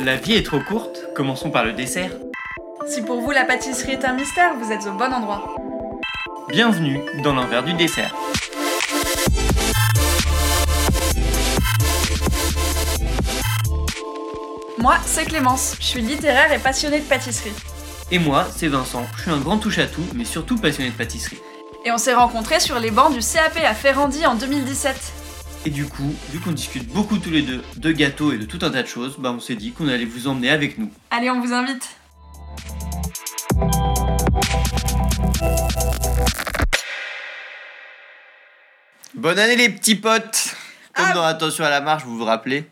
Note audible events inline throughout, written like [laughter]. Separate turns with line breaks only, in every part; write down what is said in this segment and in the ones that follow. La vie est trop courte, commençons par le dessert.
Si pour vous la pâtisserie est un mystère, vous êtes au bon endroit.
Bienvenue dans l'envers du dessert.
Moi, c'est Clémence, je suis littéraire et passionnée de pâtisserie.
Et moi, c'est Vincent, je suis un grand touche-à-tout, mais surtout passionné de pâtisserie.
Et on s'est rencontrés sur les bancs du CAP à Ferrandi en 2017.
Et du coup, vu qu'on discute beaucoup tous les deux de gâteaux et de tout un tas de choses, bah on s'est dit qu'on allait vous emmener avec nous.
Allez, on vous invite
Bonne année les petits potes Comme
Ah.
dans Attention à la marche, vous vous rappelez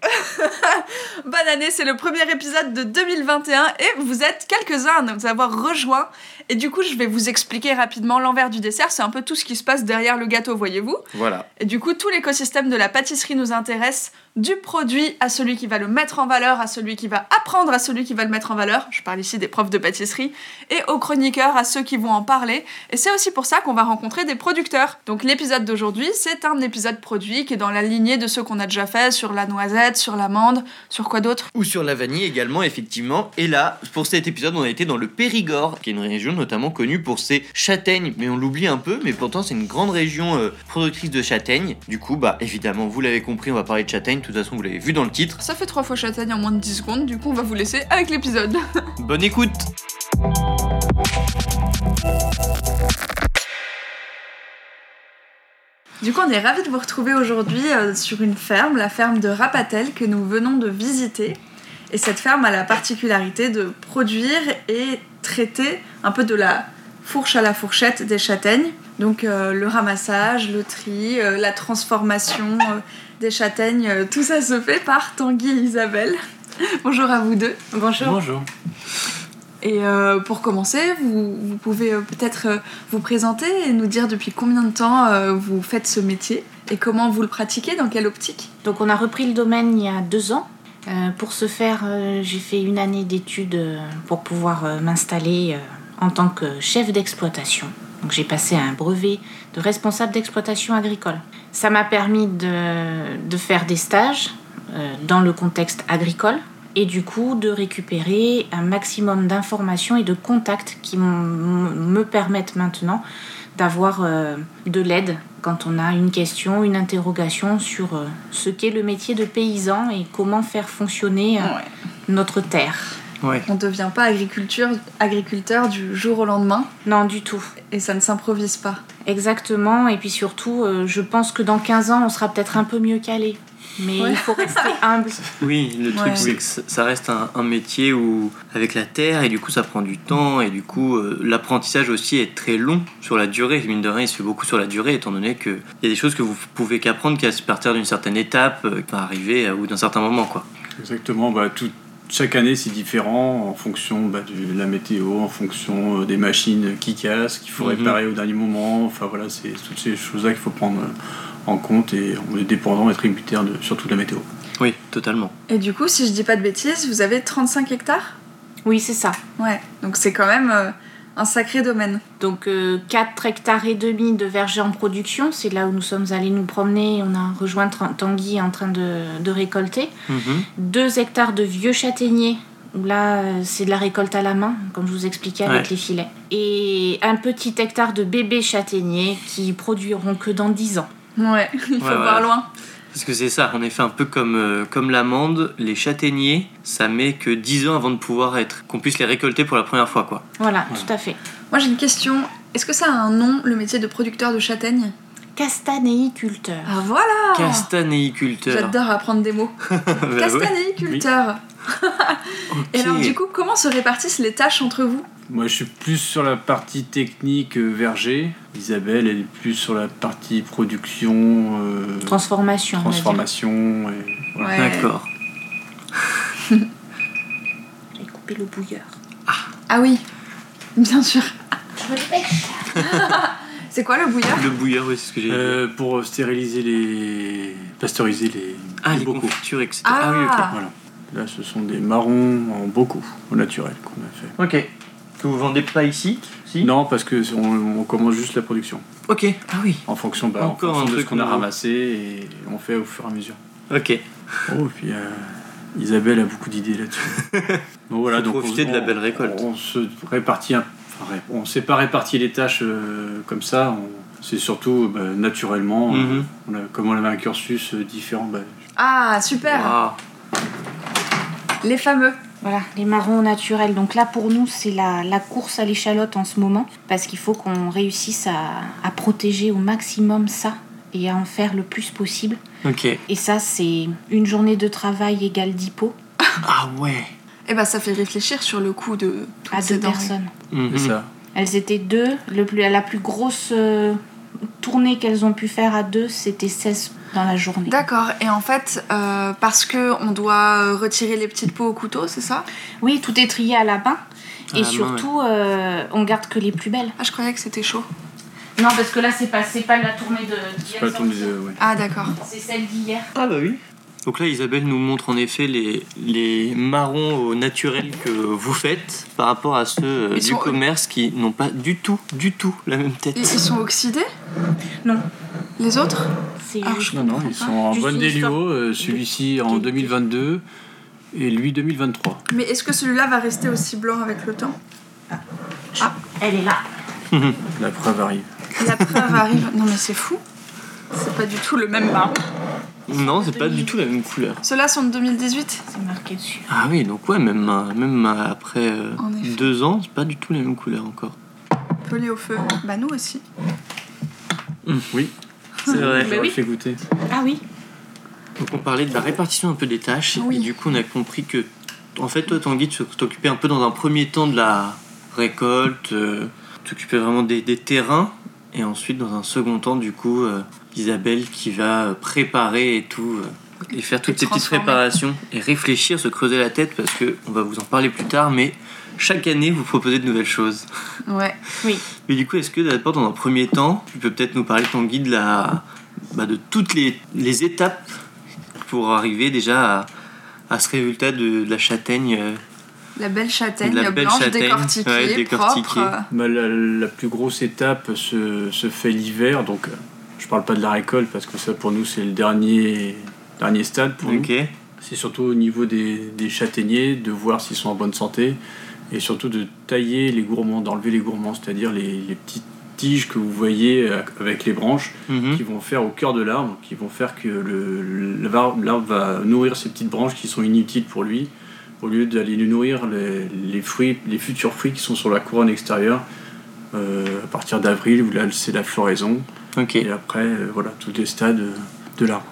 Bonne année, c'est le premier épisode de 2021 et vous êtes quelques-uns à nous avoir rejoints. Et du coup, je vais vous expliquer rapidement l'envers du dessert, c'est un peu tout ce qui se passe derrière le gâteau, voyez-vous.
Voilà.
Et du coup, tout l'écosystème de la pâtisserie nous intéresse, du produit à celui qui va le mettre en valeur, à celui qui va apprendre à celui qui va le mettre en valeur, je parle ici des profs de pâtisserie, et aux chroniqueurs, à ceux qui vont en parler. Et c'est aussi pour ça qu'on va rencontrer des producteurs. Donc l'épisode d'aujourd'hui, c'est un épisode produit qui est dans la lignée de ceux qu'on a déjà fait sur la noisette, sur l'amande, sur quoi d'autre
Ou sur la vanille également, effectivement. Et là, pour cet épisode, on a été dans le Périgord, qui est une région notamment connue pour ses châtaignes. Mais on l'oublie un peu, mais pourtant c'est une grande région euh, productrice de châtaignes. Du coup, bah évidemment, vous l'avez compris, on va parler de châtaignes. De toute façon, vous l'avez vu dans le titre.
Ça fait trois fois châtaigne en moins de 10 secondes, du coup on va vous laisser avec l'épisode.
Bonne écoute
Du coup, on est ravis de vous retrouver aujourd'hui euh, sur une ferme, la ferme de Rapatel, que nous venons de visiter. Et cette ferme a la particularité de produire et traiter un peu de la fourche à la fourchette des châtaignes. Donc euh, le ramassage, le tri, euh, la transformation euh, des châtaignes, euh, tout ça se fait par Tanguy et Isabelle. [laughs] Bonjour à vous deux. Bonjour.
Bonjour.
Et euh, pour commencer, vous, vous pouvez euh, peut-être euh, vous présenter et nous dire depuis combien de temps euh, vous faites ce métier et comment vous le pratiquez, dans quelle optique
Donc on a repris le domaine il y a deux ans. Euh, pour ce faire, euh, j'ai fait une année d'études euh, pour pouvoir euh, m'installer euh, en tant que chef d'exploitation. Donc j'ai passé un brevet de responsable d'exploitation agricole. Ça m'a permis de, de faire des stages euh, dans le contexte agricole et du coup de récupérer un maximum d'informations et de contacts qui m- m- me permettent maintenant d'avoir euh, de l'aide quand on a une question, une interrogation sur euh, ce qu'est le métier de paysan et comment faire fonctionner euh, notre terre.
On ne devient pas agriculture, agriculteur du jour au lendemain
Non, du tout.
et ça ne s'improvise pas.
Exactement. Et puis surtout, euh, je pense que dans 15 ans, on sera peut-être un peu mieux calé. Mais
Ouais.
il faut rester humble.
Oui, le
Ouais.
truc c'est que ça- ça reste un, un métier où avec la terre et du coup ça prend du temps et du coup euh, l'apprentissage aussi est très long sur la durée. Mine de rien, il se fait beaucoup sur la durée étant donné qu'il y a des choses que vous pouvez qu'apprendre qu'à partir d'une certaine étape, euh, qui va arriver euh, ou d'un certain moment quoi.
Exactement, bah, tout, chaque année c'est différent en fonction bah, de la météo, en fonction euh, des machines qui cassent, qu'il faut
Mhm.
réparer au dernier moment. Enfin voilà, c'est toutes ces choses-là qu'il faut prendre euh, en compte et on est dépendant et tributaire de, surtout de la météo.
Oui, totalement.
Et du coup, si je dis pas de bêtises, vous avez 35 hectares
Oui, c'est ça.
Ouais, donc c'est quand même euh, un sacré domaine.
Donc euh, 4 hectares et demi de vergers en production, c'est là où nous sommes allés nous promener, on a rejoint Tran- Tanguy en train de, de récolter.
Mhm.
2 hectares de vieux châtaigniers, où là euh, c'est de la récolte à la main, comme je vous expliquais avec
Ouais.
les filets. Et un petit hectare de bébés châtaigniers qui produiront que dans 10 ans.
Ouais, [laughs] il faut
Ouais, ouais.
voir loin.
Parce que c'est ça, en effet, un peu comme, euh, comme l'amande, les châtaigniers, ça met que 10 ans avant de pouvoir être, qu'on puisse les récolter pour la première fois quoi.
Voilà,
Ouais.
tout à fait.
Moi j'ai une question. Est-ce que ça a un nom, le métier de producteur de châtaignes
Castanéiculteur.
Ah voilà
Castanéiculteur.
J'adore apprendre des mots.
Bah ouais.
Castanéiculteur. Et alors,
Ok.
du coup, comment se répartissent les tâches entre vous
Moi je suis plus sur la partie technique euh, verger, Isabelle elle est plus sur la partie production, euh,
Transformation. on va dire.
transformation. Et, voilà.
Ouais.
D'accord.
J'ai coupé le bouilleur.
Ah oui, bien sûr. [laughs] C'est quoi le bouilleur
Le bouilleur, oui, c'est ce que j'ai dit.
Euh, pour stériliser les. pasteuriser les.
Ah,
les
les
bocaux.
confitures, etc.
Ah,
Voilà. Là, ce sont des marrons en beaucoup, au naturel, qu'on a fait.
oui, ok. Ok. Que vous vendez pas ici Si
Non, parce que c'est- on, on commence juste la production.
Ok. Ah oui.
En fonction, bah, en
Encore
fonction
un
de ce
truc
qu'on a
nouveau.
ramassé et on fait au fur et à mesure.
Ok.
Oh, et puis euh, Isabelle a beaucoup
[laughs]
d'idées là-dessus. donc voilà,
Faut profiter
on-
de la
on-
belle récolte.
On se répartit, un- enfin, ré- on s'est pas réparti les tâches euh, comme ça. on- C'est surtout bah, naturellement, euh,
Mhm.
on a- comme on avait un cursus euh, différent. bah,
Ah, super
Waouh.
Les fameux.
Voilà, les marrons naturels. Donc là, pour nous, c'est la, la course à l'échalote en ce moment, parce qu'il faut qu'on réussisse à, à protéger au maximum ça et à en faire le plus possible.
Ok.
Et ça, c'est une journée de travail égale 10 pots
Ah ouais.
Eh ben, ça fait réfléchir sur le coût Ah, de toutes
à
ces
deux
denrées.
personnes.
Mhm.
C'est ça.
Elles étaient deux. Le plus, la plus grosse euh, tournée qu'elles ont pu faire à deux, c'était 16 dans la journée.
D'accord, et en fait, euh, parce que on doit euh, retirer les petites peaux au couteau, c'est ça
Oui, tout est trié à la main.
À la
Et
main,
surtout, euh, on garde que les plus belles.
Ah, je croyais que c'était chaud.
Non, parce que là, c'est pas, c'est pas la tournée de.
C'est pas tombé, euh, ouais.
Ah, d'accord.
C'est celle d'hier.
Ah bah oui. Donc là, Isabelle nous montre en effet les, les marrons au naturel que vous faites par rapport à ceux euh,
Ils
du
sont-
commerce qui n'ont pas du tout, du tout la même tête.
Ils, ils sont oxydés
Non.
Les autres
C'est
Ah, je
Non, non, ils sont en
Juste
bonne
une histoire
délio, euh, celui-ci en
qualité.
2022 et lui 2023.
Mais est-ce que celui-là va rester aussi blanc avec le temps
Elle est là.
La preuve arrive.
La [laughs] preuve arrive. Non, mais c'est fou. C'est pas du tout le même marron.
Non, c'est pas du tout la même couleur.
Ceux-là sont de 2018.
C'est marqué dessus.
Ah oui, donc ouais, même, euh, même euh, après euh,
En effet.
deux ans, c'est pas du tout la même couleur encore.
Pelé au feu. Bah, nous aussi.
Oui,
C'est vrai.
j'aurais
oui.
fait goûter.
Ah oui.
Donc on parlait de la répartition un peu des tâches
Oui.
et du coup on a compris que en fait toi Tanguy tu t'occupais un peu dans un premier temps de la récolte, euh, tu t'occupais vraiment des, des terrains et ensuite dans un second temps du coup euh, Isabelle qui va euh, préparer et tout euh, et faire toutes
Et
ces petites
transformer.
préparations et réfléchir, se creuser la tête parce que on va vous en parler plus tard mais chaque année vous proposez de nouvelles choses.
Ouais.
Mais du coup, est-ce que d'abord, dans un premier temps, tu peux peut-être nous parler, Tanguy, de, la... bah, de toutes les, les étapes pour arriver déjà à, à ce résultat de, de la châtaigne euh,
La belle châtaigne
De la belle
blanche
châtaigne,
décortiquée,
ouais, décortiquée.
propre. euh,
Bah, la, la plus grosse étape se, se fait l'hiver, donc euh, je parle pas de la récolte parce que ça pour nous c'est le dernier, dernier stade pour nous.
Ok.
C'est surtout au niveau des, des châtaigniers, de voir s'ils sont en bonne santé et surtout de tailler les gourmands, d'enlever les gourmands, c'est-à-dire les, les petites tiges que vous voyez euh, avec les branches
Mhm.
qui vont faire au cœur de l'arbre, qui vont faire que le- le- l'arbre l'arbre va nourrir ces petites branches qui sont inutiles pour lui, au lieu d'aller lui nourrir les, les fruits, les futurs fruits qui sont sur la couronne extérieure euh, à partir d'avril où là c'est la floraison
Ok.
et après euh, voilà tous les stades euh, de l'arbre.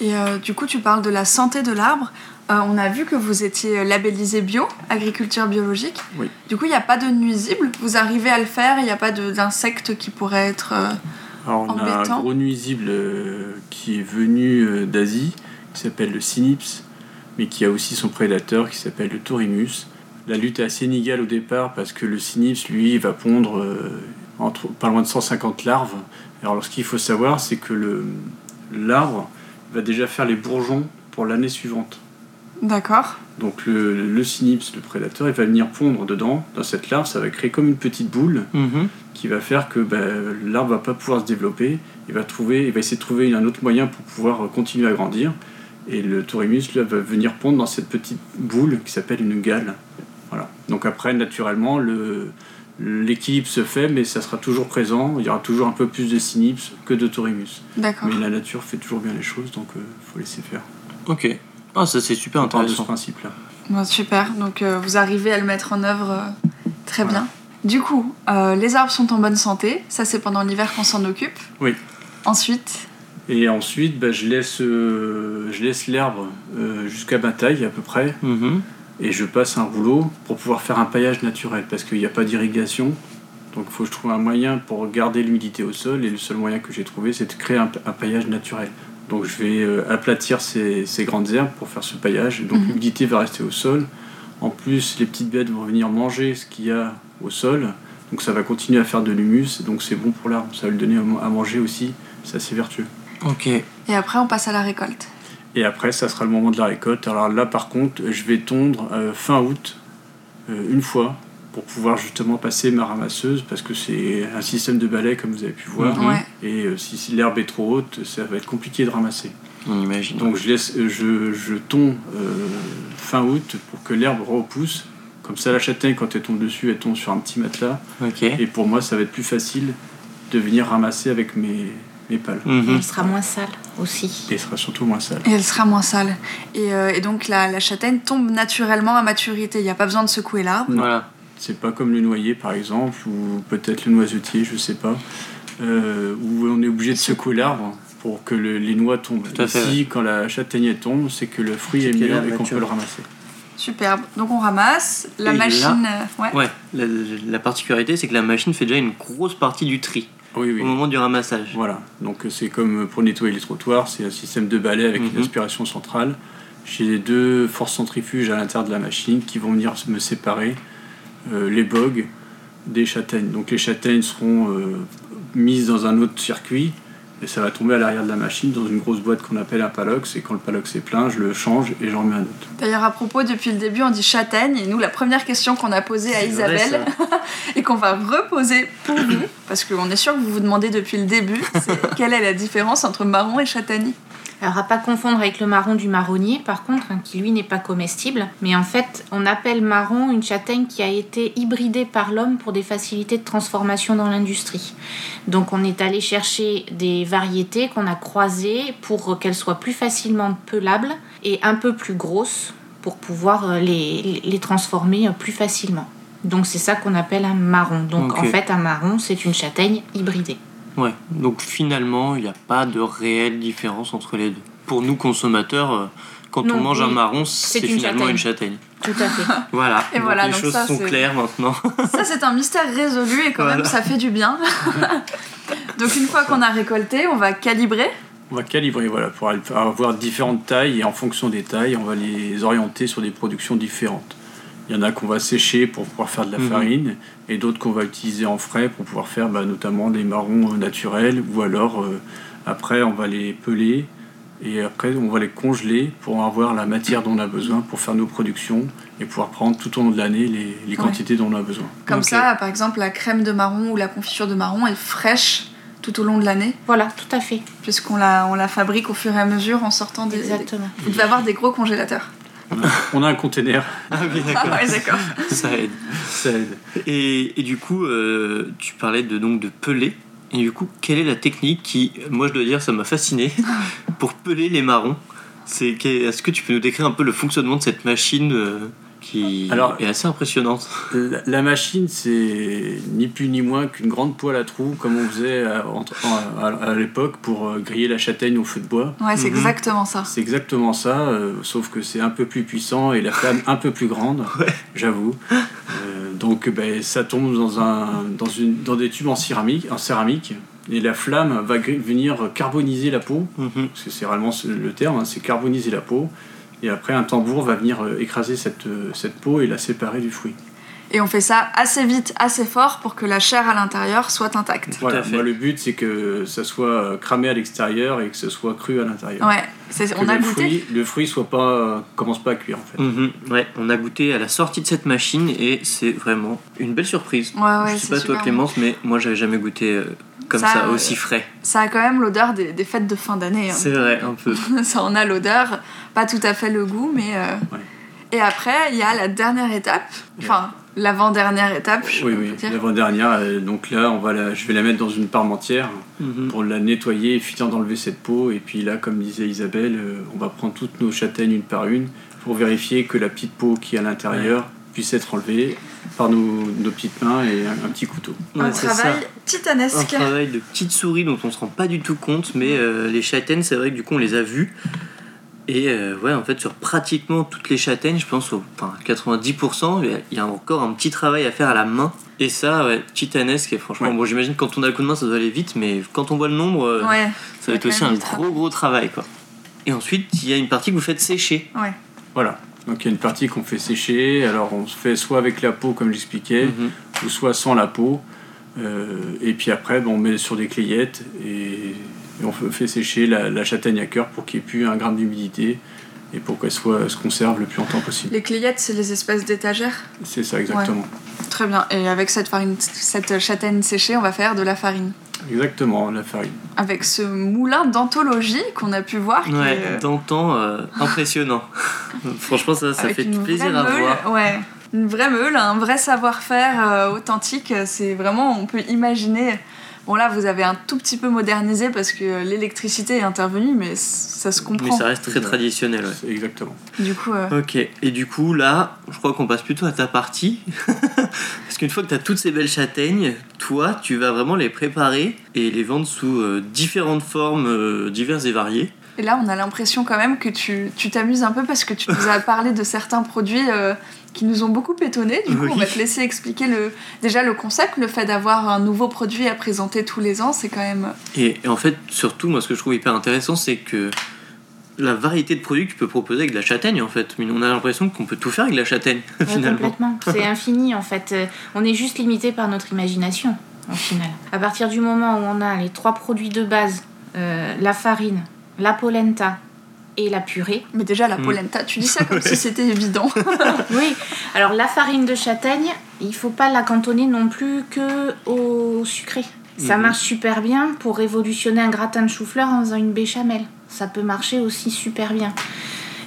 Et euh, du coup, tu parles de la santé de l'arbre. Euh, on a vu que vous étiez euh, labellisé bio, agriculture biologique.
Oui.
Du coup, il n'y a pas de nuisibles. Vous arrivez à le faire. Il n'y a pas de- d'insectes qui pourraient être. euh,
Alors on a
Embêtant.
un gros nuisible euh, qui est venu euh, d'Asie qui s'appelle le cynips mais qui a aussi son prédateur qui s'appelle le taurinus. La lutte est assez inégale au départ parce que le cynips, lui, va pondre euh, entre, pas loin de 150 larves. Alors, ce qu'il faut savoir, c'est que le- l'arbre va déjà faire les bourgeons pour l'année suivante.
D'accord.
Donc, le, le cynips, le prédateur, il va venir pondre dedans, dans cette larve, ça va créer comme une petite boule
Mhm.
qui va faire que bah, l'arbre va pas pouvoir se développer. Il va trouver, il va essayer de trouver un autre moyen pour pouvoir euh, continuer à grandir. Et le taurimus là, va venir pondre dans cette petite boule qui s'appelle une gale. Voilà. Donc après, naturellement, le l'équilibre se fait, mais ça sera toujours présent. Il y aura toujours un peu plus de synips que de taurimus.
D'accord.
Mais la nature fait toujours bien les choses, donc euh, faut laisser faire.
Ok. Ah, ça c'est super
On part de ce
intéressant.
principe-là.
Bon, super. Donc, euh, vous arrivez à le mettre en œuvre euh, très
Voilà.
bien. Du coup, euh, les arbres sont en bonne santé. Ça, c'est pendant l'hiver qu'on s'en occupe.
Oui.
Ensuite,
Et ensuite, bah, je laisse, euh, je laisse l'herbe euh, jusqu'à ma taille à peu près.
Mhm.
et je passe un rouleau pour pouvoir faire un paillage naturel parce qu'il n'y a pas d'irrigation. Donc il faut que je trouve un moyen pour garder l'humidité au sol et le seul moyen que j'ai trouvé c'est de créer un, un paillage naturel. Donc je vais euh, aplatir ces, ces grandes herbes pour faire ce paillage. Donc
Mhm.
l'humidité va rester au sol. En plus les petites bêtes vont venir manger ce qu'il y a au sol. Donc ça va continuer à faire de l'humus et donc c'est bon pour l'arbre. Ça va lui donner à man- à manger aussi. C'est assez vertueux.
Ok.
et après, on passe à la récolte.
Et après, ça sera le moment de la récolte. Alors là, par contre, je vais tondre euh, fin août, euh, une fois, pour pouvoir justement passer ma ramasseuse, parce que c'est un système de balai, comme vous avez pu voir.
Mhm.
Ouais.
Et euh, si si l'herbe est trop haute, ça va être compliqué de ramasser.
On imagine.
Donc je laisse, euh, je, je tonds euh, fin août pour que l'herbe repousse. Comme ça, la châtaigne, quand elle tombe dessus, elle tombe sur un petit matelas.
Ok.
Et pour moi, ça va être plus facile de venir ramasser avec mes, mes pales.
Mhm.
Elle sera moins sale aussi.
Et ce sera surtout moins sale.
Et elle sera moins sale. Et, euh, et donc la, la châtaigne tombe naturellement à maturité. Il n'y a pas besoin de secouer l'arbre.
Voilà.
C'est pas comme le noyer, par exemple, ou peut-être le noisetier, je sais pas, euh, où on est obligé de secouer l'arbre pour que le- les noix tombent.
Tout à fait,
Ici, quand la châtaigne elle tombe, c'est que le fruit
C'est
est
qu'elle
mûr
a
et qu'on
maturé.
peut le ramasser.
Superbe. Donc on ramasse. La
Et là-
machine. euh, ouais.
Ouais, la, la particularité, c'est que la machine fait déjà une grosse partie du tri
Oui, oui.
au moment du ramassage.
Voilà. Donc euh, c'est comme pour nettoyer les trottoirs, c'est un système de balai avec une
Mhm.
aspiration centrale. J'ai les deux forces centrifuges à l'intérieur de la machine qui vont venir me séparer euh, les bogues des châtaignes. Donc les châtaignes seront euh, mises dans un autre circuit et ça va tomber à l'arrière de la machine dans une grosse boîte qu'on appelle un palox. Et quand le palox est plein, je le change et j'en mets un autre.
D'ailleurs, à propos, depuis le début, on dit châtaigne. Et nous, la première question qu'on a posée à
C'est vrai,
Isabelle [laughs] et qu'on va reposer pour vous, parce qu'on est sûr que vous vous demandez depuis le début,
[laughs]
c'est quelle est la différence entre marron et châtaigne
Alors à pas confondre avec le marron du marronnier, par contre, hein, qui lui n'est pas comestible. Mais en fait, on appelle marron une châtaigne qui a été hybridée par l'homme pour des facilités de transformation dans l'industrie. Donc on est allé chercher des variétés qu'on a croisées pour qu'elles soient plus facilement pelables et un peu plus grosses pour pouvoir euh, les, les transformer euh, plus facilement. Donc c'est ça qu'on appelle un marron. Donc
Ok.
en fait, un marron, c'est une châtaigne hybridée.
Ouais. Donc finalement, il n'y a pas de réelle différence entre les deux. Pour nous consommateurs, euh, quand
Non,
on mange
oui.
un marron,
C'est
c'est
une
finalement une châtaigne.
Tout
[laughs]
à fait.
Voilà.
Et voilà,
les
donc
choses
ça,
sont
c'est-
claires maintenant.
Ça, c'est un mystère résolu et quand même,
Voilà.
ça fait du bien. [laughs] Donc, une fois qu'on a récolté, on va calibrer.
On va calibrer voilà, pour avoir différentes tailles et en fonction des tailles, on va les orienter sur des productions différentes. Il y en a qu'on va sécher pour pouvoir faire de la
Mhm.
farine et d'autres qu'on va utiliser en frais pour pouvoir faire bah, notamment des marrons euh, naturels ou alors euh, après on va les peler et après on va les congeler pour avoir la matière dont on a besoin pour faire nos productions et pouvoir prendre tout au long de l'année les, les quantités dont on a besoin.
Comme
Ok.
ça, par exemple, la crème de marron ou la confiture de marron est fraîche tout au long de l'année,
voilà, tout à fait.
puisqu'on la, on la fabrique au fur et à mesure en sortant des. des-
Exactement.
Vous devez avoir des gros congélateurs.
On a, on a un container, [laughs]
ah oui,
[laughs] Ah
d'accord.
ouais, d'accord.
[laughs] ça aide.
ça aide.
Et, et du coup, euh, tu parlais de, donc de peler. Et du coup, quelle est la technique qui, moi je dois dire, ça m'a fasciné [laughs] pour peler les marrons C'est que- Est-ce que tu peux nous décrire un peu le fonctionnement de cette machine euh, qui
Alors-
est assez impressionnante
La, la machine, c'est ni plus ni moins qu'une grande poêle à trous, comme on faisait à, entre- à- à- à l'époque pour euh, griller la châtaigne au feu de bois.
[laughs] Ouais, c'est
Mhm.
exactement ça.
C'est exactement ça, euh, sauf que c'est un peu plus puissant et la flamme un peu plus grande, j'avoue. Euh, donc ben, ça tombe dans, un, dans, une, dans des tubes en céramique, en céramique, et la flamme va gri- venir carboniser la peau,
Mhm.
parce que c'est vraiment ce- le terme, hein, c'est carboniser la peau, et après un tambour va venir euh, écraser cette, euh, cette peau et la séparer du fruit.
Et on fait ça assez vite, assez fort pour que la chair à l'intérieur soit intacte.
Voilà,
à fait.
moi, le but c'est que ça soit euh, cramé à l'extérieur et que ce soit cru à l'intérieur.
Ouais, c'est-
Que
on a
le
goûté.
fruit, le fruit soit pas euh, commence pas à cuire en fait.
Mhm. Ouais, on a goûté à la sortie de cette machine et c'est vraiment une belle surprise.
Ouais, Ah ouais,
je sais
c'est
pas
super
toi Clémence, mais moi j'avais jamais goûté euh, comme
Ça,
ça,
euh,
aussi frais.
bon. Ça a quand même l'odeur des, des fêtes de fin d'année. hein.
C'est vrai, un peu.
[laughs] ça en a l'odeur, pas tout à fait le goût, mais. euh,
Ouais.
Et après, il y a la dernière étape, enfin l'avant-dernière étape, Ah, je
Oui
on
oui,
peut dire.
l'avant dernière. donc là on va la, je vais la mettre dans une parmentière
Mhm.
pour la nettoyer, et finir d'enlever cette peau et puis là comme disait Isabelle, euh, on va prendre toutes nos châtaignes une par une pour vérifier que la petite peau qui est à l'intérieur puisse être enlevée par nos, nos petites mains et un, un petit couteau.
Un
Ouais, c'est ça.
travail
un
titanesque.
travail de petite souris dont on se rend pas du tout compte, mais euh, les châtaignes, c'est vrai que du coup on les a vues. Et euh, ouais, en fait, sur pratiquement toutes les châtaignes, je pense au enfin, 90%, il y a- il y a encore un petit travail à faire à la main. Et ça, ouais, titanesque, et franchement,
Ouais.
bon, j'imagine que quand on a le coup de main, ça doit aller vite, mais quand on voit le nombre, euh,
Ouais,
ça va être
Ouais,
aussi un
du
gros gros travail, quoi. Et ensuite, il y a une partie que vous faites sécher.
ouais.
Voilà. Donc il y a une partie qu'on fait sécher, alors on se fait soit avec la peau comme j'expliquais,
Mhm.
ou soit sans la peau. Euh, et puis après, bon, on met sur des clayettes et, et on f- fait sécher la, la châtaigne à cœur pour qu'il n'y ait plus un gramme d'humidité et pour qu'elle soit, se conserve le plus longtemps possible.
Les clayettes, c'est les espèces d'étagères.
C'est ça, exactement.
Très bien. Et avec cette farine, cette châtaigne séchée, on va faire de la farine.
Exactement, la farine.
Avec ce moulin d'anthologie qu'on a pu voir. qui
Ouais,
est-
d'antan, euh, impressionnant. [laughs] Franchement, ça, ça
Avec
fait
une
plaisir
vraie
à
meule,
voir.
Ouais. Une vraie meule, un vrai savoir-faire euh, authentique. C'est vraiment, on peut imaginer. Bon, là, vous avez un tout petit peu modernisé parce que l'électricité est intervenue, mais c- ça se
Mais
comprend.
ça reste très traditionnel, ouais.
C'est Exactement.
Du coup, euh,
Ok, et du coup, là, je crois qu'on passe plutôt à ta partie. [laughs] Parce qu'une fois que tu as toutes ces belles châtaignes, toi, tu vas vraiment les préparer et les vendre sous euh, différentes formes euh, diverses et variées.
et là, on a l'impression quand même que tu tu t'amuses un peu parce que
[laughs]
tu nous as parlé de certains produits euh, qui nous ont beaucoup étonnés. Du coup, on
Oui.
va te laisser expliquer le, déjà le concept, le fait d'avoir un nouveau produit à présenter tous les ans, c'est quand même.
Et, et en fait, surtout, moi, ce que je trouve hyper intéressant, c'est que la variété de produits que tu peux proposer avec de la châtaigne, en fait. Mais on a l'impression qu'on peut tout faire avec de la châtaigne,
Ouais,
finalement.
complètement. C'est infini en fait. Euh, On est juste limité par notre imagination au final. À partir du moment où on a les trois produits de base, euh, la farine, la polenta et la purée. [laughs]
Mais déjà, la
Mm.
polenta, tu dis
[laughs]
ça comme si c'était évident.
Oui. Alors la farine de châtaigne, il faut pas la cantonner non plus que au sucré. Ça
Mhm.
marche super bien pour révolutionner un gratin de chou-fleur en faisant une béchamel. Ça peut marcher aussi super bien.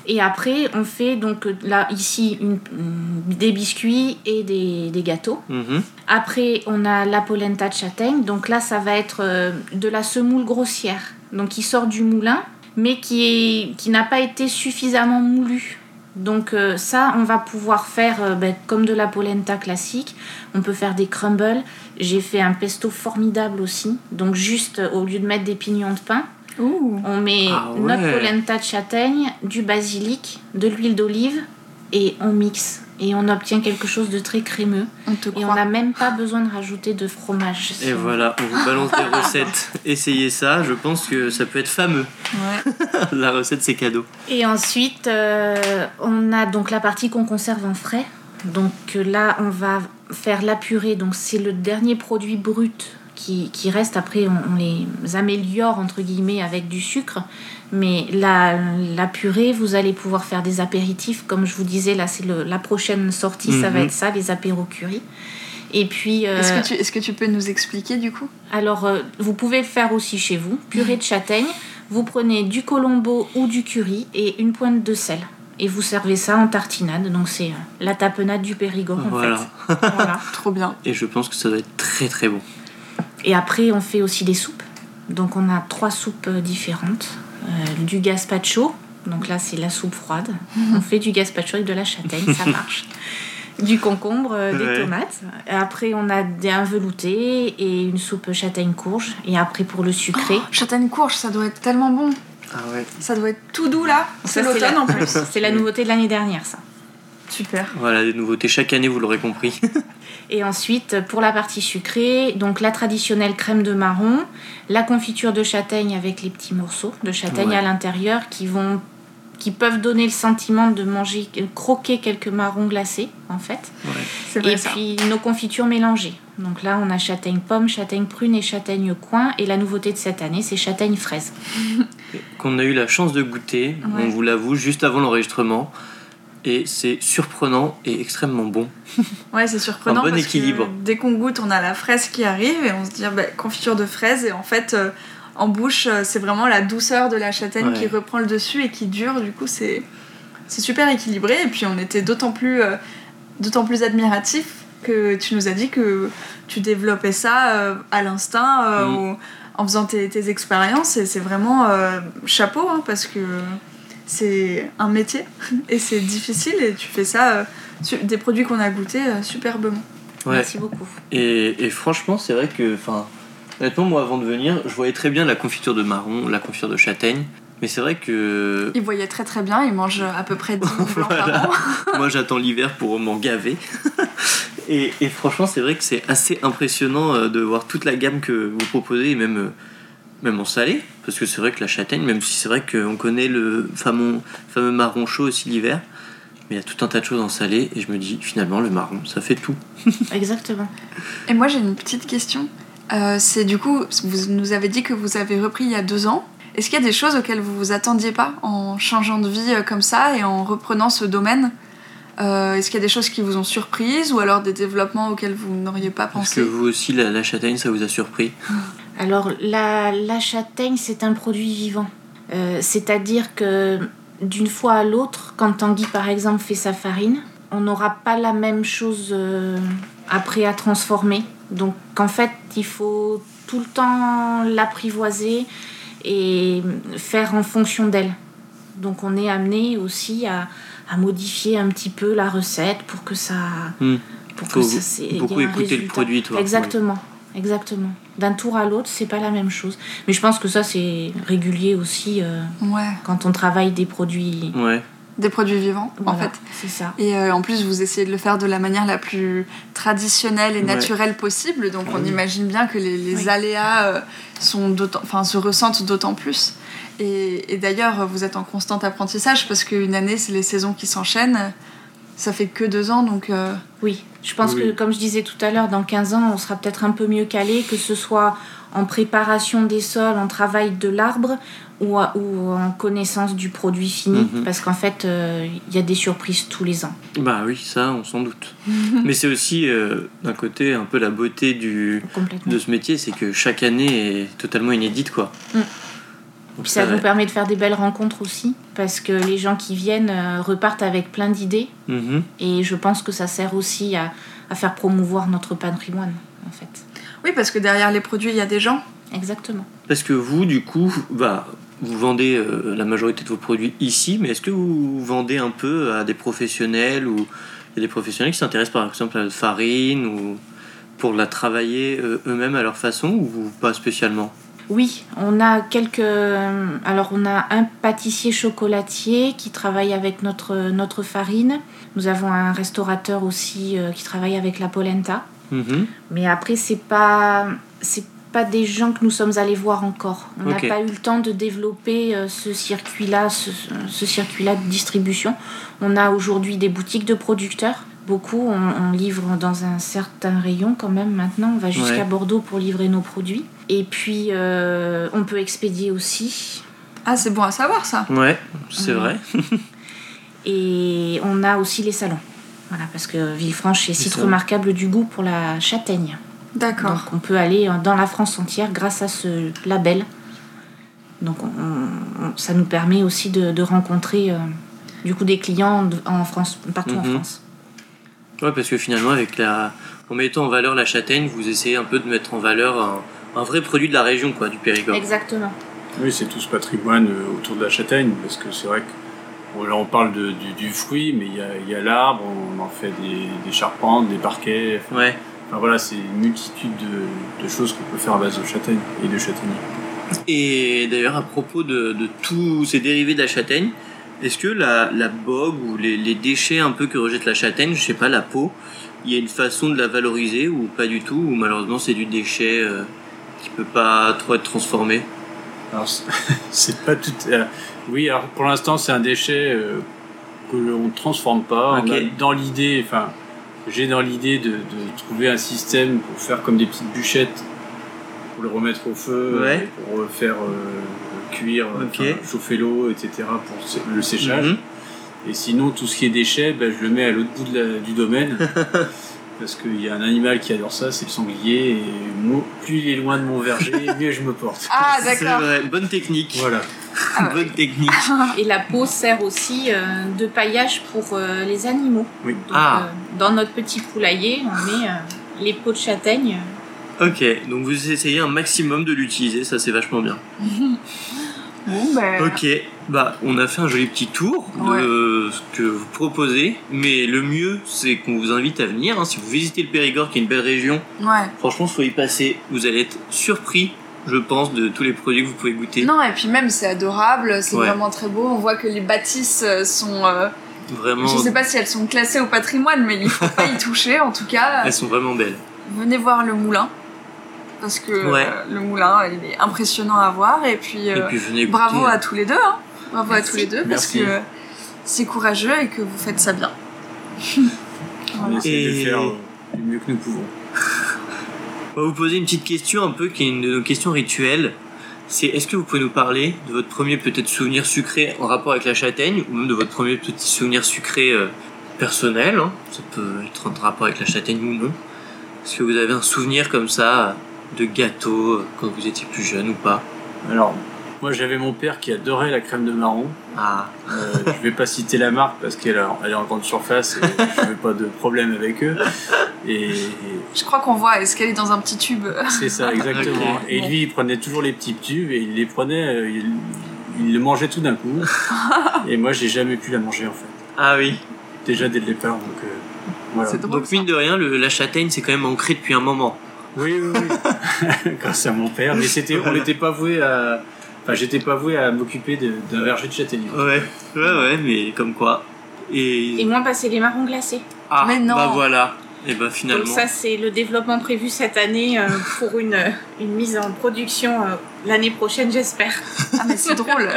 Et après, on fait donc euh, là ici une- une- des biscuits et des- des gâteaux.
Mhm.
Après, on a la polenta de châtaigne. Donc là, ça va être euh, de la semoule grossière. Donc qui sort du moulin, mais qui, est, qui n'a pas été suffisamment moulu. Donc euh, ça, on va pouvoir faire euh, ben, comme de la polenta classique. On peut faire des crumbles. J'ai fait un pesto formidable aussi. Donc juste, euh, au lieu de mettre des pignons de pain,
Ouh.
on met
Ah ouais.
notre polenta de châtaigne, du basilic, de l'huile d'olive et on mixe. Et on obtient quelque chose de très crémeux.
On te
Et
croit.
on n'a même pas besoin de rajouter de fromage.
Et voilà, on vous balance des recettes. Essayez ça, je pense que ça peut être fameux. [laughs]
Ouais.
la recette, c'est cadeau.
Et ensuite, euh, on a donc la partie qu'on conserve en frais. Donc euh, là, on va faire la purée. Donc c'est le dernier produit brut qui, qui reste. Après, on, on les améliore, entre guillemets, avec du sucre. Mais la, la purée, vous allez pouvoir faire des apéritifs. Comme je vous disais, là, c'est le- la prochaine sortie. Ça va
Mhm.
être ça, les apéros curry. Et puis... euh,
Est-ce que, tu- est-ce que tu peux nous expliquer du coup
Alors, euh, vous pouvez le faire aussi chez vous. Purée de châtaigne, vous prenez du colombo ou du curry et une pointe de sel. Et vous servez ça en tartinade. Donc, c'est euh, la tapenade du Périgord, en
Voilà.
fait.
[laughs]
Voilà.
Trop bien.
Et je pense que ça doit être très très bon.
Et après, on fait aussi des soupes. Donc, on a trois soupes euh, différentes. Euh, du gazpacho. Donc là, c'est la
[laughs]
soupe froide. On fait du gazpacho avec de la châtaigne, ça marche. Du concombre, euh, des
Ouais.
tomates. Après, on a des, un velouté et une soupe châtaigne-courge. Et après, pour le sucré,
Oh,
Châtaigne courge, ça doit être tellement bon.
Ah ouais.
Ça doit être tout doux là. C'est
Ça,
l'automne
la-
en plus.
C'est la nouveauté de l'année dernière, ça.
[laughs] Super.
Voilà, des nouveautés chaque année, vous l'aurez compris. [laughs]
Et ensuite, pour la partie sucrée, donc la traditionnelle crème de marron, la confiture de châtaigne avec les petits morceaux de châtaigne
Ouais.
à l'intérieur qui vont qui peuvent donner le sentiment de manger de croquer quelques marrons glacés en fait
C'est vrai
et
ça.
puis nos confitures mélangées donc là on a châtaigne pomme châtaigne prune et châtaigne coin et la nouveauté de cette année c'est châtaigne fraise
Qu'on a eu la chance de goûter,
Ouais.
on vous l'avoue, juste avant l'enregistrement. Et c'est surprenant et extrêmement bon.
Ouais, c'est surprenant.
Un bon
parce que
équilibre.
dès qu'on goûte, on a la fraise qui arrive et on se dit bah, confiture de fraise. Et en fait, euh, en bouche, euh, c'est vraiment la douceur de la châtaigne
Ouais.
qui reprend le dessus et qui dure. Du coup, c'est c'est super équilibré. Et puis, on était d'autant plus, euh, d'autant plus admiratif que tu nous as dit que tu développais ça euh, à l'instinct euh,
Mm.
au- en faisant tes, tes expériences. Et c'est vraiment euh, chapeau hein, parce que c'est un métier [laughs] et c'est difficile et tu fais ça. euh, Su- des produits qu'on a goûtés euh, superbement.
Ouais.
merci beaucoup
Et, et franchement, c'est vrai que, enfin, honnêtement, moi avant de venir, je voyais très bien la confiture de marron, la confiture de châtaigne. Mais c'est vrai
[laughs]
que
Ils voyaient très très bien, ils mangent à peu
[laughs]
près 10 000 blancs par
Voilà.
an.
moi j'attends l'hiver pour m'en gaver. [laughs] et, et franchement, c'est vrai que c'est assez impressionnant euh, de voir toute la gamme que vous proposez, et même, euh, même en salé. Parce que c'est vrai que la châtaigne, même si c'est vrai qu'on connaît le fameux, fameux marron chaud aussi l'hiver, mais il y a tout un tas de choses en salé. Et je me dis, finalement, le marron, ça fait tout.
exactement
Et moi j'ai une petite question. Euh, c'est du coup, vous nous avez dit que vous avez repris il y a deux ans. Est-ce qu'il y a des choses auxquelles vous vous attendiez pas en changeant de vie euh, comme ça et en reprenant ce domaine Euh, Est-ce qu'il y a des choses qui vous ont surprise ou alors des développements auxquels vous n'auriez pas
Parce que
pensé
vous aussi, la, la châtaigne, ça vous a surpris.
Alors, la, la châtaigne, c'est un produit vivant. Euh, C'est-à-dire que d'une fois à l'autre, quand Tanguy par exemple fait sa farine, on n'aura pas la même chose euh, après à transformer. Donc en fait, il faut tout le temps l'apprivoiser et faire en fonction d'elle. Donc on est amené aussi à, à modifier un petit peu la recette pour que ça...
Hmm.
Pour
Faut
c'est- il y ait
beaucoup
un
écouter le
résultat.
produit, toi.
Exactement, exactement. D'un tour à l'autre, c'est pas la même chose. Mais je pense que ça, c'est régulier aussi euh,
Ouais.
quand on travaille des produits.
Ouais.
Des produits vivants, en
Voilà,
fait.
C'est ça.
Et euh, en plus, vous essayez de le faire de la manière la plus traditionnelle et
Ouais.
naturelle possible. Donc, on
Oui.
imagine bien que les, les
Oui.
aléas euh, sont d'autant- enfin, se ressentent d'autant plus. Et, et d'ailleurs, vous êtes en constant apprentissage parce qu'une année, c'est les saisons qui s'enchaînent. Ça fait que deux ans, donc euh,
Oui, je pense
Oui.
que, comme je disais tout à l'heure, dans 15 ans, on sera peut-être un peu mieux calé, que ce soit en préparation des sols, en travail de l'arbre ou, à- ou en connaissance du produit fini,
Mhm.
parce qu'en fait, euh, il y a des surprises tous les ans.
Bah oui, ça, on s'en
[laughs]
doute. Mais c'est aussi, euh, d'un côté, un peu la beauté du,
Complètement.
de ce métier, c'est que chaque année est totalement inédite, quoi.
Mm.
Donc
Puis ça
ça-
nous permet de faire des belles rencontres aussi, parce que les gens qui viennent euh, repartent avec plein d'idées,
Mhm.
et je pense que ça sert aussi à, à faire promouvoir notre patrimoine, en fait.
oui, parce que derrière les produits, il y a des gens.
Exactement.
Parce que vous, du coup, bah, vous vendez euh, la majorité de vos produits ici, mais est-ce que vous vendez un peu à des professionnels ou il y a des professionnels qui s'intéressent par exemple à la farine ou pour la travailler euh, eux-mêmes à leur façon ou pas spécialement
Oui, on a quelques. Alors, on a un pâtissier chocolatier qui travaille avec notre, notre farine. Nous avons un restaurateur aussi euh, qui travaille avec la polenta.
Mhm.
Mais après, c'est pas. C'est pas des gens que nous sommes allés voir encore. On n'a
Ok.
pas eu le temps de développer euh, ce circuit-là, ce, ce circuit-là de distribution. On a aujourd'hui des boutiques de producteurs. Beaucoup, on, on livre dans un certain rayon quand même maintenant. On va jusqu'à
Ouais.
Bordeaux pour livrer nos produits. Et puis, euh, on peut expédier aussi.
Ah, c'est bon à savoir, ça.
Ouais, c'est
Mhm.
vrai.
Et on a aussi les salons. Voilà, parce que Villefranche est site
salons.
remarquable du goût pour la châtaigne.
D'accord.
Donc on peut aller euh, dans la France entière grâce à ce label. Donc on- on- on- ça nous permet aussi de, de rencontrer euh, du coup des clients de- en France, partout en
Mhm.
France.
Ouais, parce que finalement, avec la... en mettant en valeur la châtaigne, vous essayez un peu de mettre en valeur un, un vrai produit de la région, quoi, du Périgord.
Exactement.
Oui, c'est tout ce patrimoine euh, autour de la châtaigne, parce que c'est vrai que bon, là on parle de- du, du fruit, mais il y a, il y a l'arbre, on en fait des, des charpentes, des parquets.
Ouais.
Enfin voilà, c'est une multitude de, de choses qu'on peut faire à base de châtaigne et de châtaignier.
Et d'ailleurs, à propos de, de tous ces dérivés de la châtaigne, est-ce que la, la bogue ou les, les déchets un peu que rejette la châtaigne, je sais pas, la peau, il y a une façon de la valoriser ou pas du tout, ou malheureusement c'est du déchet euh, qui peut pas trop être transformé
Alors c'est- [laughs] c'est pas tout. euh, oui, alors pour l'instant c'est un déchet euh, que l'on ne transforme pas. On
Ok.
a dans l'idée, enfin, j'ai dans l'idée de, de trouver un système pour faire comme des petites bûchettes pour le remettre au feu,
Ouais.
et pour euh, faire euh, cuire, euh,
Ok.
enfin, chauffer l'eau, etc. pour sé- le séchage.
Mhm.
Et sinon, tout ce qui est déchets, ben, je le mets à l'autre bout de la- du
[laughs]
domaine. Parce qu'il y a un animal qui adore ça, c'est le sanglier. Et moi, plus il est loin de
[laughs]
mon verger, mieux je me porte.
Ah,
C'est
d'accord.
vrai, bonne technique.
Voilà.
Ah ouais.
bonne technique.
Et la peau sert aussi euh, de paillage pour euh, les animaux.
Oui.
Donc,
Ah.
euh, dans notre petit poulailler, on met euh, les peaux de châtaigne. euh,
Ok, donc vous essayez un maximum de l'utiliser, ça c'est vachement bien.
Bon, ben,
Ok, bah on a fait un joli petit tour de ce que vous proposez, mais le mieux c'est qu'on vous invite à venir. hein. Si vous visitez le Périgord, qui est une belle région,
Ouais.
franchement faut y passer. Vous allez être surpris, je pense, de tous les produits que vous pouvez goûter.
Non, et puis même, c'est adorable, c'est
Ouais.
vraiment très beau. On voit que les bâtisses euh, sont. euh,
Vraiment,
Je sais pas si elles sont classées au patrimoine, mais il faut pas y toucher. En tout cas,
elles sont vraiment belles.
venez voir le moulin. Parce que
Ouais.
euh, le moulin, il est impressionnant à voir. Et puis,
Et
euh,
puis venez goûter.
bravo à tous les deux. hein. Bravo à
Merci.
tous les deux.
Merci.
Parce que euh, c'est courageux et que vous faites ça bien.
On
Voilà.
essaie de
Et-
faire euh, du mieux que nous pouvons.
On va vous poser une petite question un peu qui est une de nos questions rituelles. C'est est-ce que vous pouvez nous parler de votre premier peut-être souvenir sucré en rapport avec la châtaigne ou même de votre premier petit souvenir sucré euh, personnel hein. Ça peut être en rapport avec la châtaigne ou non. Est-ce que vous euh, avez un souvenir comme ça de gâteau euh, quand vous étiez plus jeune ou pas
Alors, Moi, j'avais mon père qui adorait la crème de marron.
Ah,
Euh, je vais pas citer la marque parce qu'elle a- elle est en grande surface et je veux pas de problème avec eux. Et
Je crois qu'on voit, est-ce qu'elle est dans un petit tube [laughs]
c'est ça, exactement.
Ok.
Et lui, il prenait toujours les petits tubes et il les prenait, euh, il, il le mangeait tout d'un [laughs] coup. Et moi, j'ai jamais pu la manger en fait.
ah oui.
Déjà dès le départ, donc euh, voilà.
C'est drôle.
Donc mine de rien, le- la châtaigne c'est quand même ancré depuis un moment.
Oui, oui, oui. [laughs] Grâce à mon père. Mais c'était, on n'était pas voué à. Enfin, j'étais pas voué à m'occuper de- d'un verger de châtaignier.
Ouais, ouais, ouais, mais comme quoi. Et,
Et moi, bah, c'est les marrons glacés.
ah,
Mais non.
bah voilà. Et bah finalement.
Donc ça, c'est le développement prévu cette année euh, pour une, euh, une mise en production euh, l'année prochaine, j'espère.
Ah, mais c'est drôle.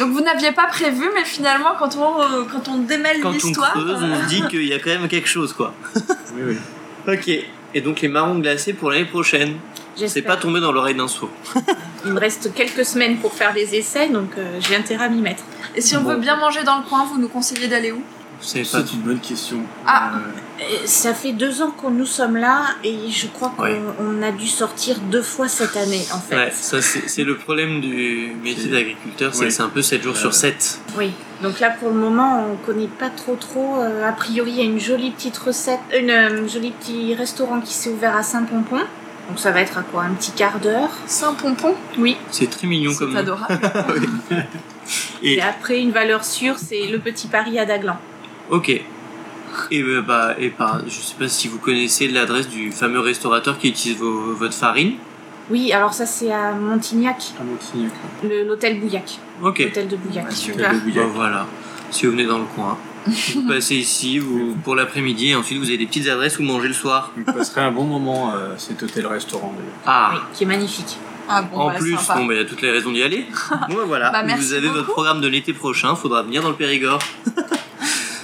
Donc vous n'aviez pas prévu, mais finalement, quand on, euh, quand on démêle
[laughs] quand on
l'histoire.
creuse,
euh,
on se dit qu'il y a quand même quelque chose, quoi.
Oui, oui.
Ok. Et donc les marrons glacés pour l'année prochaine. C'est
J'espère.
pas tombé dans l'oreille d'un sourd.
Il me reste quelques semaines pour faire les essais, donc euh, j'ai intérêt à m'y mettre.
Et si on
Bon.
veut bien manger dans le coin, vous nous conseillez d'aller où
C'est pas.
C'est une bonne question.
Ah.
Euh,
Et ça fait deux ans qu'on nous sommes là et je crois qu'on
Ouais.
on a dû sortir deux fois cette année, en fait.
Ouais, ça c'est c'est le problème du métier
C'est-
d'agriculteur, c'est
Ouais.
que c'est un peu 7 jours
Euh,
sur 7.
Oui, donc là pour le moment on connaît pas trop trop. Euh, a priori il y a une jolie petite recette, une euh, jolie petit restaurant qui s'est ouvert à Saint-Pompon. Donc ça va être à quoi Un petit quart d'heure
Saint-Pompon
Oui.
C'est très mignon comme
C'est
nom.
adorable.
Et-
Et après une valeur sûre c'est le petit Paris à Daglan.
Ok. Et euh, bah, et par- je sais pas si vous connaissez l'adresse du fameux restaurateur qui utilise vos- votre farine.
Oui, alors ça c'est à Montignac,
à Montignac.
le- l'hôtel Bouillac.
Ok.
L'hôtel de Bouillac.
Super.
Le
Bah,
bouillac.
voilà. Si vous venez dans le coin, vous passez ici vous, pour l'après-midi et ensuite vous avez des petites adresses où manger le soir.
Vous passerez un bon moment à cet hôtel-restaurant. d'ailleurs.
Oui,
Ah.
qui est magnifique.
Ah bon,
en
bah,
plus,
sympa.
bon, bah, il y a toutes les raisons d'y
[laughs]
aller. Bon, bah, voilà.
Bah,
vous
merci
avez votre
beaucoup.
programme de l'été prochain. Faudra venir dans le Périgord.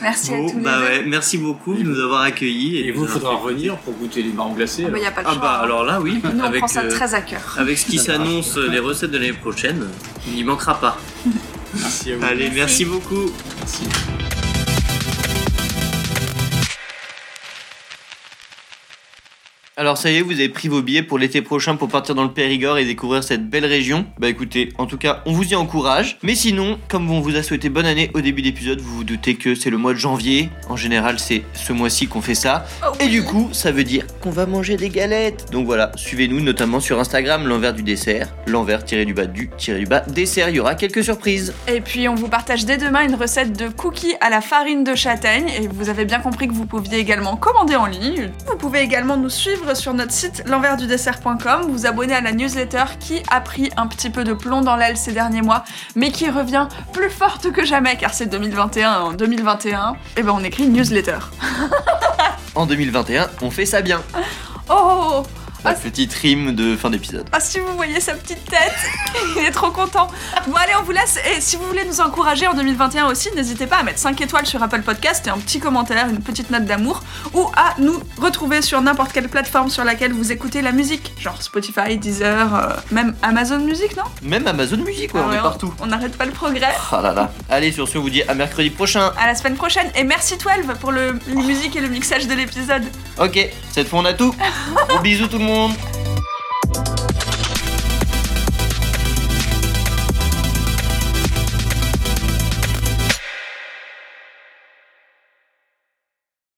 Merci
Bon,
à tous
bah
les deux.
ouais. Merci beaucoup de nous avoir accueillis.
Et vous,
de nous avoir
faudra
fait
revenir pour goûter les marrons glacés.
Il
alors.
n'y a pas de
Ah
choix,
bah
hein.
alors là oui,
Nous, on
avec,
prend ça
euh,
très à cœur.
[laughs] avec ce qui s'annonce, euh, les recettes de l'année prochaine, il n'y manquera pas.
Merci à vous.
Allez, merci
Merci.
beaucoup.
Merci.
Alors ça y est, vous avez pris vos billets pour l'été prochain pour partir dans le Périgord et découvrir cette belle région. Bah écoutez, en tout cas, on vous y encourage. Mais sinon, comme on vous a souhaité bonne année au début d'épisode, vous vous doutez que c'est le mois de janvier. En général, c'est ce mois-ci qu'on fait ça. Et du coup, ça veut dire qu'on va manger des galettes. Donc voilà, suivez-nous notamment sur Instagram, l'envers du dessert, l'envers tiré du bas du tiré du bas dessert. Il y aura quelques surprises.
Et puis on vous partage dès demain une recette de cookies à la farine de châtaigne et vous avez bien compris que vous pouviez également commander en ligne. Vous pouvez également nous suivre sur notre site l'enversdudessert.com, vous abonner à la newsletter qui a pris un petit peu de plomb dans l'aile ces derniers mois mais qui revient plus forte que jamais car c'est 2021 en 2021 et ben on écrit une newsletter.
En 2021, on fait ça bien.
Oh, oh, oh.
La
Ah,
petite rime de fin d'épisode.
Ah, si vous voyez sa petite tête, [laughs] il est trop content. Bon, allez, on vous laisse. Et si vous voulez nous encourager en 2021 aussi, n'hésitez pas à mettre 5 étoiles sur Apple Podcast et un petit commentaire, une petite note d'amour, ou à nous retrouver sur n'importe quelle plateforme sur laquelle vous écoutez la musique, genre Spotify, Deezer, euh, même Amazon Music, non
Même Amazon Music, ouais,
Ah
on
ouais,
est partout.
On n'arrête pas le progrès.
Ah là là. Allez, sur ce, on vous dit à mercredi prochain.
À la semaine prochaine et merci 12 pour le, les musiques et le mixage de l'épisode. [laughs]
Ok, cette fois on a tout. Gros bisous tout le monde.